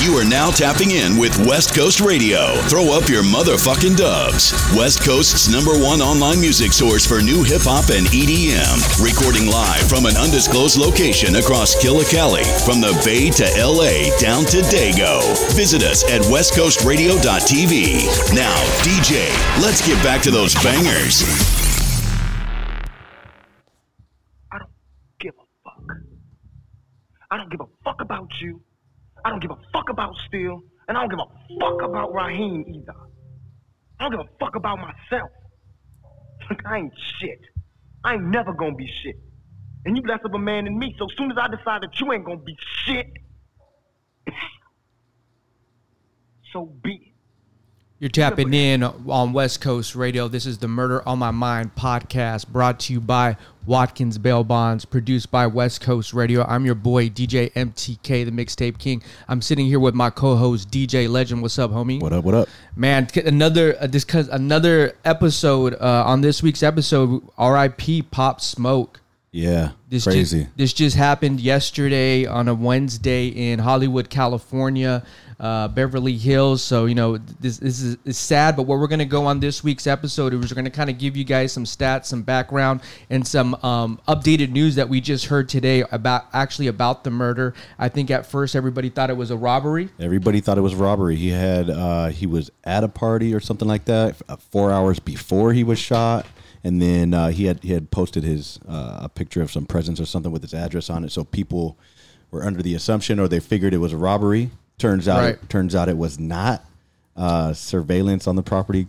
You are now tapping in with West Coast Radio. Throw up your motherfucking dubs. West Coast's number one online music source for new hip hop and EDM. Recording live from an undisclosed location across Killicali, from the Bay to LA down to Dago. Visit us at westcoastradio.tv. Now, DJ, let's get back to those bangers. I don't give a fuck. I don't give a fuck about you. I don't give a fuck about Steel, and I don't give a fuck about Raheem either. I don't give a fuck about myself. I ain't shit. I ain't never gonna be shit. And you less of a man than me, so soon as I decide that you ain't gonna be shit, so be it. You're tapping in on West Coast Radio. This is the Murder on My Mind podcast brought to you by Watkins Bail Bonds, produced by West Coast Radio. I'm your boy, DJ MTK, the Mixtape King. I'm sitting here with my co host, DJ Legend. What's up, homie? What up? What up? Man, c- another uh, this cause another episode uh, on this week's episode. RIP Pop Smoke. Yeah, This crazy. Just, this just happened yesterday on a Wednesday in Hollywood, California, uh, Beverly Hills. So you know this, this is it's sad, but where we're gonna go on this week's episode is we're gonna kind of give you guys some stats, some background, and some um, updated news that we just heard today about actually about the murder. I think at first everybody thought it was a robbery. Everybody thought it was robbery. He had uh, he was at a party or something like that. f- uh, Four hours before he was shot, and then uh, he had he had posted his uh, a picture of some presents or something with his address on it. So people were under the assumption, or they figured it was a robbery. Turns out, Right. turns out it was not. Uh, surveillance on the property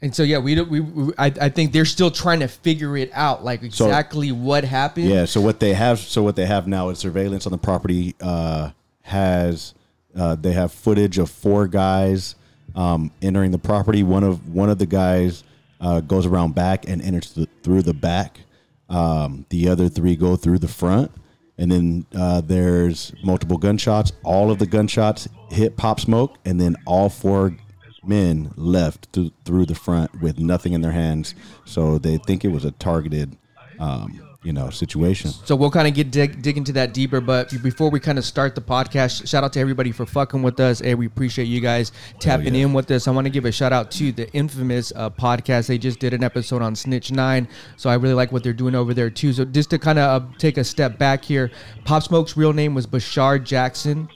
And so yeah, we don't. We, we I, I think they're still trying to figure it out, like So- exactly what happened. Yeah. So what they have, so what they have now is surveillance on the property. Uh, has uh, they have footage of four guys um, entering the property. One of one of the guys uh, goes around back and enters th- through the back. Um, the other three go through the front, and then uh, there's multiple gunshots. All of the gunshots hit Pop Smoke, and then all four men left through, through the front with nothing in their hands. So they think it was a targeted um, you know, situation. So we'll kind of get dig, dig into that deeper. But before we kind of start the podcast, shout out to everybody for fucking with us. Hey, we appreciate you guys tapping in with us. I want to give a shout out to the infamous uh, podcast. They just did an episode on Snitch Nine, so I really like what they're doing over there too. So just to kind of uh, take a step back here, Pop Smoke's real name was Bashar Jackson.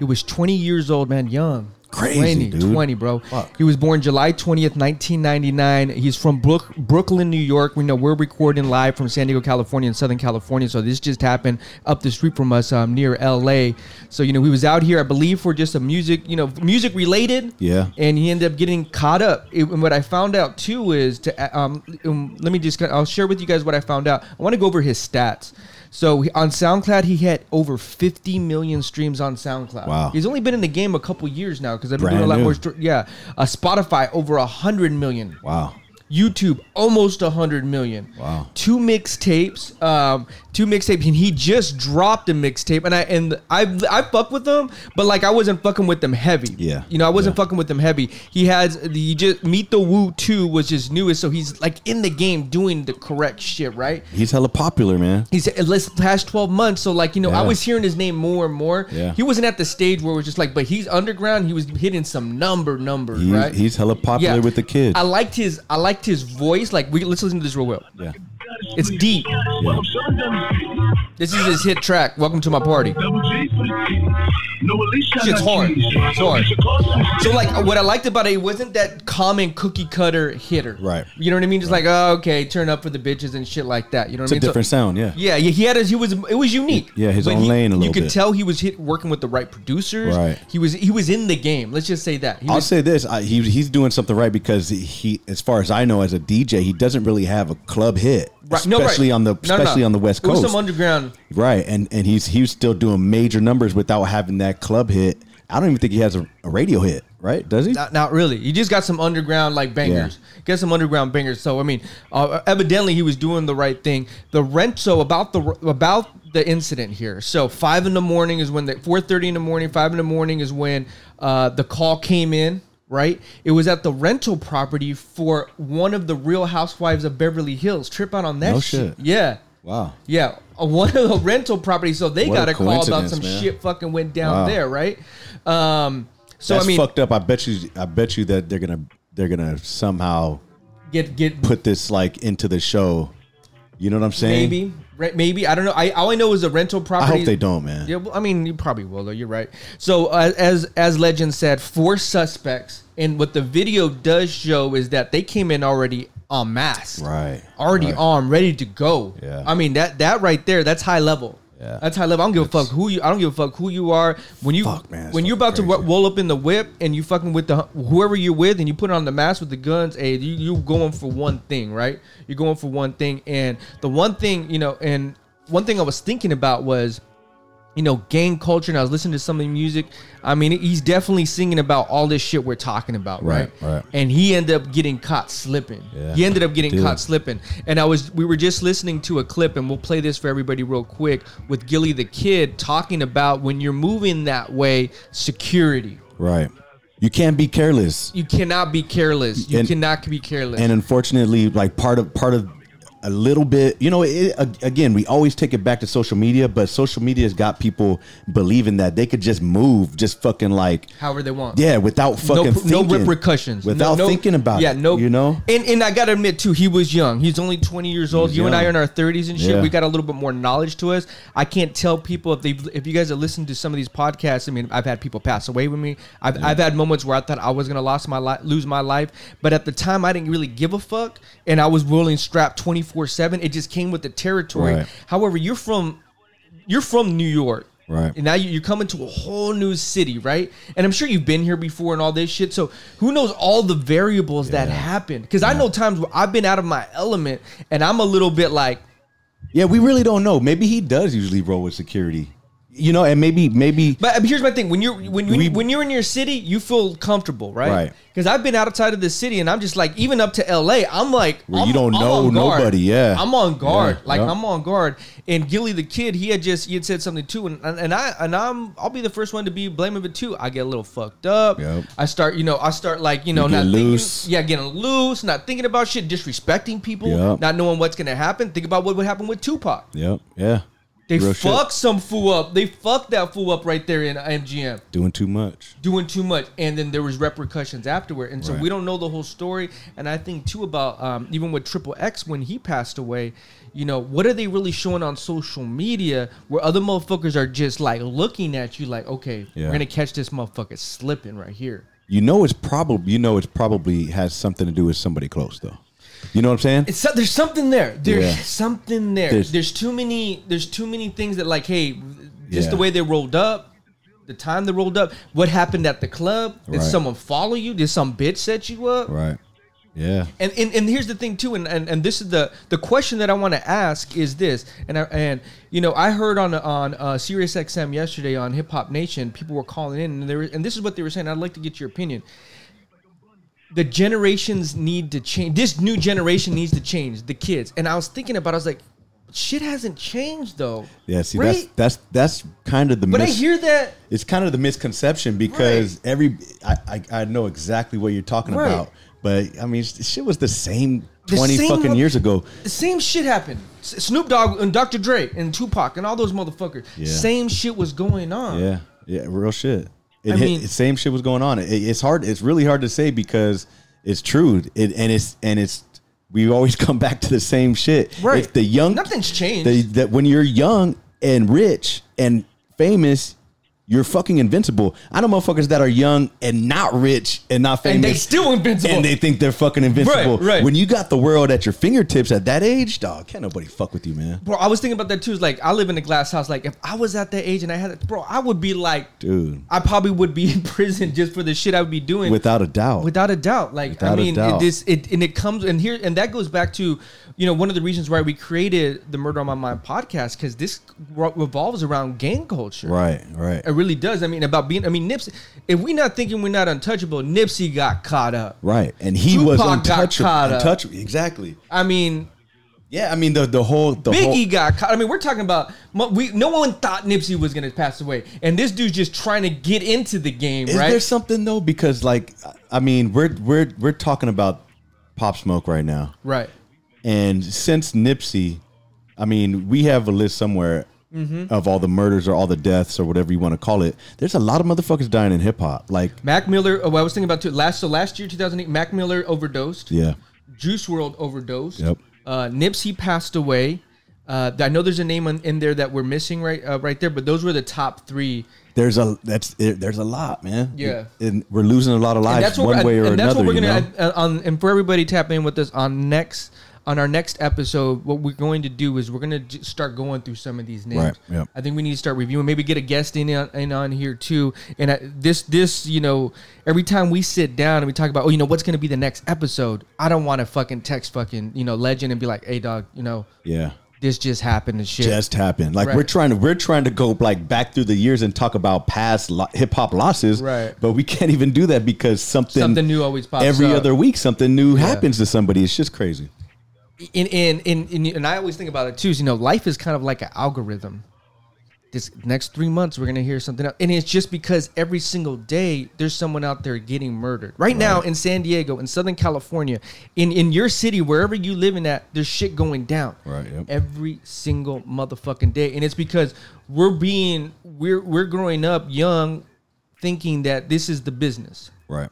He was 20 years old, man, young. Crazy, 20, dude. 20, bro. Fuck. He was born July 20th, 1999. He's from Brook, Brooklyn, New York. We know we're recording live from San Diego, California, and Southern California. So this just happened up the street from us um, near LA. So, you know, he was out here, I believe, for just some music, you know, music related. Yeah. And he ended up getting caught up. It- and what I found out too is to, um, um, let me just, I'll share with you guys what I found out. I want to go over his stats. So he- on SoundCloud, he had over 50 million streams on SoundCloud. Wow. He's only been in the game a couple years now because I've been doing a Brand lot new. more. str- Yeah, uh, Spotify over a hundred million. Wow. YouTube almost a hundred million. Wow. Two mixtapes, um, two mixtapes, and he just dropped a mixtape, and I and I I fuck with them, but like I wasn't fucking with them heavy. Yeah. you know I wasn't Yeah. fucking with them heavy. He has the just Meet the Woo two was his newest, so he's like in the game doing the correct shit, right? He's hella popular, man. He's at least past 12 months. So, like, you know, I Yeah. was hearing his name more and more. Yeah. He wasn't at the stage where it was just like, but he's underground. He was hitting some number, number, He's, right? he's hella popular with the kids. I liked his I liked his voice. Like, we let's listen to this real well. yeah. It's deep. Yeah. This is his hit track, Welcome to My Party. Shit's Shit's hard. It's hard. So like what I liked about it, it wasn't that common cookie cutter hitter. Right. You know what I mean? Just like, oh, okay, turn up for the bitches and shit like that. You know what I mean? It's a So- different sound, yeah. Yeah, yeah, he had his. He was. It was unique. Yeah, his But own he- lane a You little could bit. tell he was hit, working with the right producers. Right. He was. He was in the game. Let's just say that. He I'll was, say this: I, he, he's doing something right because he, as far as I know, as a DJ, he doesn't really have a club hit, Right, no, right. especially on the No, no, no. especially on the West It was Coast, some underground. right? And and he's he's still doing major numbers without having that club hit. I don't even think he has a, a radio hit, right? Does he? Not, not really. He just got some underground like bangers. Got some underground bangers. So I mean, uh, evidently he was doing the right thing. The rent. So about the about the incident here. So five in the morning is when the four thirty in the morning. Five in the morning is when uh, the call came in. Right. It was at the rental property for one of the Real Housewives of Beverly Hills. Trip out on that No shit. shit. Yeah. Wow. Yeah. uh, one of the rental properties, so they What a got a call about coincidence, some man. shit fucking went down Wow. there, right? Um, so That's I mean, fucked up. I bet you. I bet you that they're gonna they're gonna somehow get get put this like into the show. You know what I'm saying? maybe re- maybe I don't know. I all I know is a rental I property. hope they don't, man. Yeah, well, I mean, you probably will though. You're right. So uh, as as legend said, four suspects, and what the video does show is that they came in already en masse, Right, Already right. armed, ready to go. Yeah. I mean that that right there, that's high level. Yeah. That's high level. I don't give a fuck who you. I don't give a fuck who you are. When you Fuck, man, that's when you're about fucking to ro- crazy. roll up in the whip and you fucking with the whoever you're with and you put on the mask with the guns, hey, you you going for one thing, right? You're going for one thing, and the one thing you know, and one thing I was thinking about was you know, gang culture. And I was listening to some of the music. I mean, he's definitely singing about all this shit we're talking about, right? Right, right. And he ended up getting caught slipping. Yeah. He ended up getting Dude. caught slipping. And I was, we were just listening to a clip, and we'll play this for everybody real quick with Gilly the Kid talking about when you're moving that way, security. Right. You can't be careless. You cannot be careless. You And- cannot be careless. and unfortunately like part of part of a little bit you know it, a- again we always take it back to social media but social media has got people believing that they could just move just fucking like however they want. yeah without no, fucking pr- no thinking, repercussions No- without no- thinking about yeah it no you know and and i gotta admit too he was young he's only 20 years old He's you and i young. are in our 30s and shit Yeah. we got a little bit more knowledge to us i can't tell people if they've if you guys have listened to some of these podcasts i mean i've had people pass away with me i've, I've had moments where i thought i was gonna lose my life lose my life but at the time i didn't really give a fuck and i was rolling strap 24 7 it just came with the territory Right. however you're from you're from New York. Right. And now you- you're coming to a whole new city, right? And I'm sure you've been here before and all this shit. So who knows all the variables that happened? Because I know times where I've been out of my element and I'm a little bit like, yeah we really don't know maybe he does usually roll with security you know and maybe maybe but here's my thing: when you're when when, We- when you're in your city, you feel comfortable, right? Right. Because I've been outside of the city and I'm just like, even up to L.A., I'm like, Where I'm- you don't I'm know on guard. nobody, yeah. I'm on guard, Yeah, like yeah. I'm on guard. And Gilly the kid, he had just he had said something too, and and and I and I'm I'll be the first one to be blame of it too. I get a little fucked up. Yep. I start, you know, I start like you know get not loose. Thinking, yeah, getting loose, not thinking about shit, disrespecting people, Yep. not knowing what's gonna happen. Think about what would happen with Tupac. yep yeah They Real shit. fucked some fool up. They fucked that fool up right there in MGM doing too much doing too much and then there was repercussions afterward and so Right. we don't know the whole story and i think too about um, even with triple x when he passed away you know what are they really showing on social media where other motherfuckers are just like looking at you like okay Yeah. we're gonna catch this motherfucker slipping right here you know it's probably you know it's probably has something to do with somebody close though you know what i'm saying it's so- there's something there there's Yeah. something there there's, There's- too many there's too many things that like hey just the Yeah. way they rolled up the time they rolled up what happened at the club did Right. someone follow you did some bitch set you up right yeah and, and and here's the thing too and, and and this is the the question that i want to ask is this and I, and you know i heard on on uh sirius xm yesterday on hip hop nation people were calling in and they were, and this is what they were saying i'd like to get your opinion the generations need to change this new generation needs to change the kids and i was thinking about it, i was like shit hasn't changed though yeah see right that's that's that's kind of the but i mis- hear that it's kind of the misconception because every I, I I know exactly what you're talking Right. about, but I mean, sh- shit was the same The twenty same fucking mo- years ago. The same shit happened. S- Snoop Dogg and Dr. Dre and Tupac and all those motherfuckers. Yeah. Same shit was going on. Yeah, yeah, real shit. It I hit, mean- same shit was going on. It, it's hard. It's really hard to say because it's true. It and it's and it's we always come back to the same shit. Right. If the young Nothing's changed. the- that when you're young and rich and famous. You're fucking invincible. I know motherfuckers that are young and not rich and not famous. and they still invincible. and they think they're fucking invincible. Right, right. When you got the world at your fingertips at that age, dog, can't nobody fuck with you, man. bro, I was thinking about that too. It's like I live in a glass house. Like if I was at that age and I had it, bro, I would be like, Dude. I probably would be in prison just for the shit I would be doing. Without a doubt. Without a doubt. Like I Without a mean, it, doubt. this it and it comes and here and that goes back to, you know, one of the reasons why we created the Murder on My Mind podcast because this re- revolves around gang culture. right, right. It really does. I mean, about being. I mean, Nipsey. If we're not thinking we're not untouchable, Nipsey got caught up. Right. And he Tupac was got untouchable. caught up. Untouchable. Exactly. I mean, Yeah, I mean the the whole the whole Biggie got caught. I mean, we're talking about mo- we. No one thought Nipsey was gonna pass away, and this dude's just trying to get into the game, Is right? there something though? Because like I mean, we're we're we're talking about pop smoke right now. right. And since Nipsey, I mean, we have a list somewhere Mm-hmm. of all the murders or all the deaths or whatever you want to call it. There's a lot of motherfuckers dying in hip hop. Like, Mac Miller. Oh, I was thinking about too. Last so last year, 2008, Mac Miller overdosed. yeah, Juice World overdosed. Yep. Uh, Nipsey passed away. Uh, I know there's a name on, in there that we're missing right uh, right there, but those were the top three. there's a that's there- there's a lot, man. Yeah. and we're losing a lot of And lives that's what one we're, way or and another. that's what we're you gonna know? uh, on. And for everybody tapping in with us on next on our next episode, what we're going to do is we're gonna j- start going through some of these names. Right, yep. I think we need to start reviewing. Maybe get a guest in on, in on here too. And I, this this you know every time we sit down and we talk about oh you know what's gonna be the next episode, I don't want to fucking text fucking you know legend and be like hey dog you know yeah. this just happened and shit. just happened. Like Right. we're trying to we're trying to go like back through the years and talk about past lo- hip hop losses, Right. But we can't even do that because something Something new always pops every up. other week. Something new happens to somebody. It's just crazy. and and, and and and I always think about it too. Is, you know, life is kind of like an algorithm. This next three months, we're gonna hear something else, and it's just because every single day there's someone out there getting murdered. Right, now in San Diego, in Southern California, in in your city, wherever you living at, there's shit going down. Right, yep. Every single motherfucking day, and it's because we're being we're we're growing up young, thinking that this is the business. Right.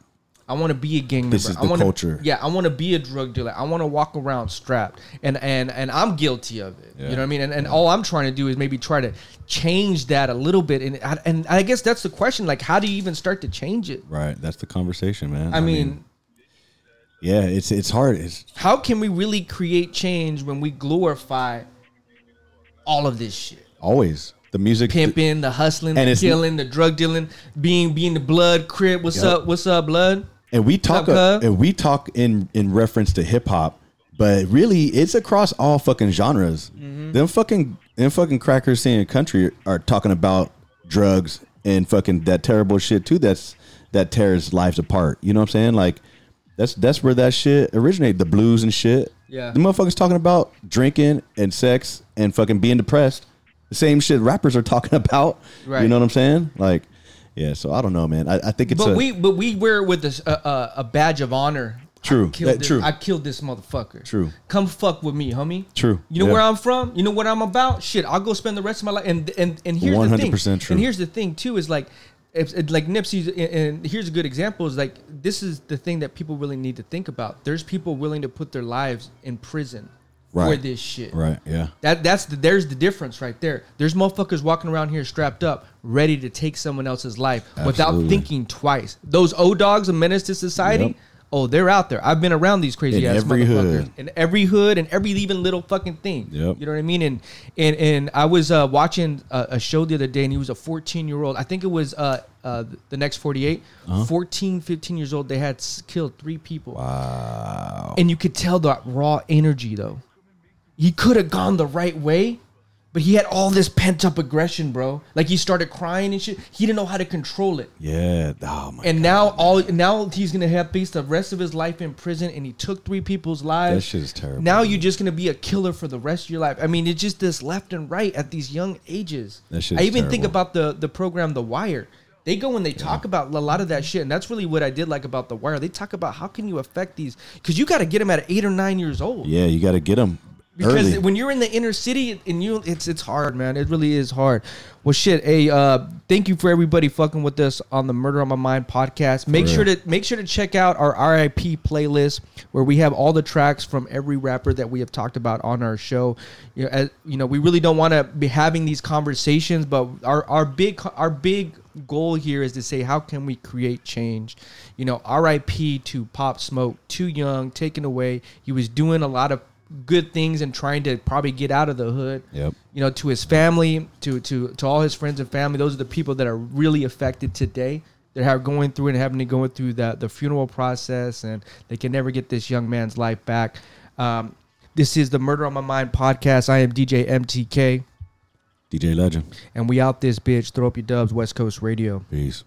I want to be a gang member. This is I the wanna, culture. Yeah, I want to be a drug dealer. I want to walk around strapped, and and and I'm guilty of it. You know what I mean? And, and all I'm trying to do is maybe try to change that a little bit. And I, and I guess that's the question. Like, how do you even start to change it? Right. That's the conversation, man. I mean, yeah, it's it's hard. It's how can we really create change when we glorify all of this shit? always the music Pimping, the hustling, And the it's- killing, the drug dealing, being being the blood crib. What's Yup. up? What's up, blood? and we talk What's up, cuz? and we talk in in reference to hip hop, but really it's across all fucking genres. Mm-hmm. Them fucking them fucking crackers singing country are talking about drugs and fucking that terrible shit too. That's that tears lives apart. You know what I'm saying? Like that's that's where that shit originated. The blues and shit. Yeah. the motherfuckers talking about drinking and sex and fucking being depressed. The same shit rappers are talking about. Right. You know what I'm saying? Like, yeah. So I don't know, man. I, I think it's But a, we but we wear it with a, s- a- a- a badge of honor. True. I killed That- this, true. I killed this motherfucker. True. Come fuck with me, homie. True. You know Yeah. where I'm from. You know what I'm about. Shit, I'll go spend the rest of my life. And and and here's the thing. 100% true. And here's the thing too is like, if, it- like Nipsey's. and- And here's a good example is like this is the thing that people really need to think about. There's people willing to put their lives in prison for Right. this shit. right. Yeah. That that's the there's the difference right there. There's motherfuckers walking around here strapped up, ready to take someone else's life without Absolutely. thinking twice. Those O dogs, a menace to society. Yep. Oh, they're out there. I've been around these crazy In ass every motherfuckers hood. in every hood and every even little fucking thing. Yep. You know what I mean? And and and I was uh, watching a, a show the other day, and he was a 14 year old. I think it was uh, uh, the next 48, Uh-huh. 14, 15 years old. They had s- killed three people. Wow. And you could tell that raw energy though. He could have gone the right way, but he had all this pent up aggression, bro. Like he started crying and shit. He didn't know how to control it. Yeah. Oh my. And now all now he's gonna have face the rest of his life in prison, and he took three people's lives. That shit is terrible, Now man. you're just gonna be a killer for the rest of your life. I mean, it's just this left and right at these young ages. That shit I is even think terrible. about the the program The Wire. They go and they talk about a lot of that shit, and that's really what I did like about The Wire. They talk about how can you affect these because you got to get them at eight or nine years old. yeah, you got to get them Because early. when you're in the inner city and you, it's it's hard, man. It really is hard. Well, shit. Hey, uh, thank you for everybody fucking with us on the Murder on My Mind podcast. Make For sure real. to make sure to check out our RIP playlist where we have all the tracks from every rapper that we have talked about on our show. You know, as, you know, we really don't want to be having these conversations, but our our big our big goal here is to say how can we create change you know rip to pop smoke too young taken away he was doing a lot of good things and trying to probably get out of the hood. Yep. You know, to his family, to to to all his friends and family. Those are the people that are really affected today. They are going through and having to go through the the funeral process, and they can never get this young man's life back. Um, this is the Murder on My Mind podcast. I am DJ MTK, DJ Legend. and we out this bitch. Throw up your dubs, West Coast Radio. Peace.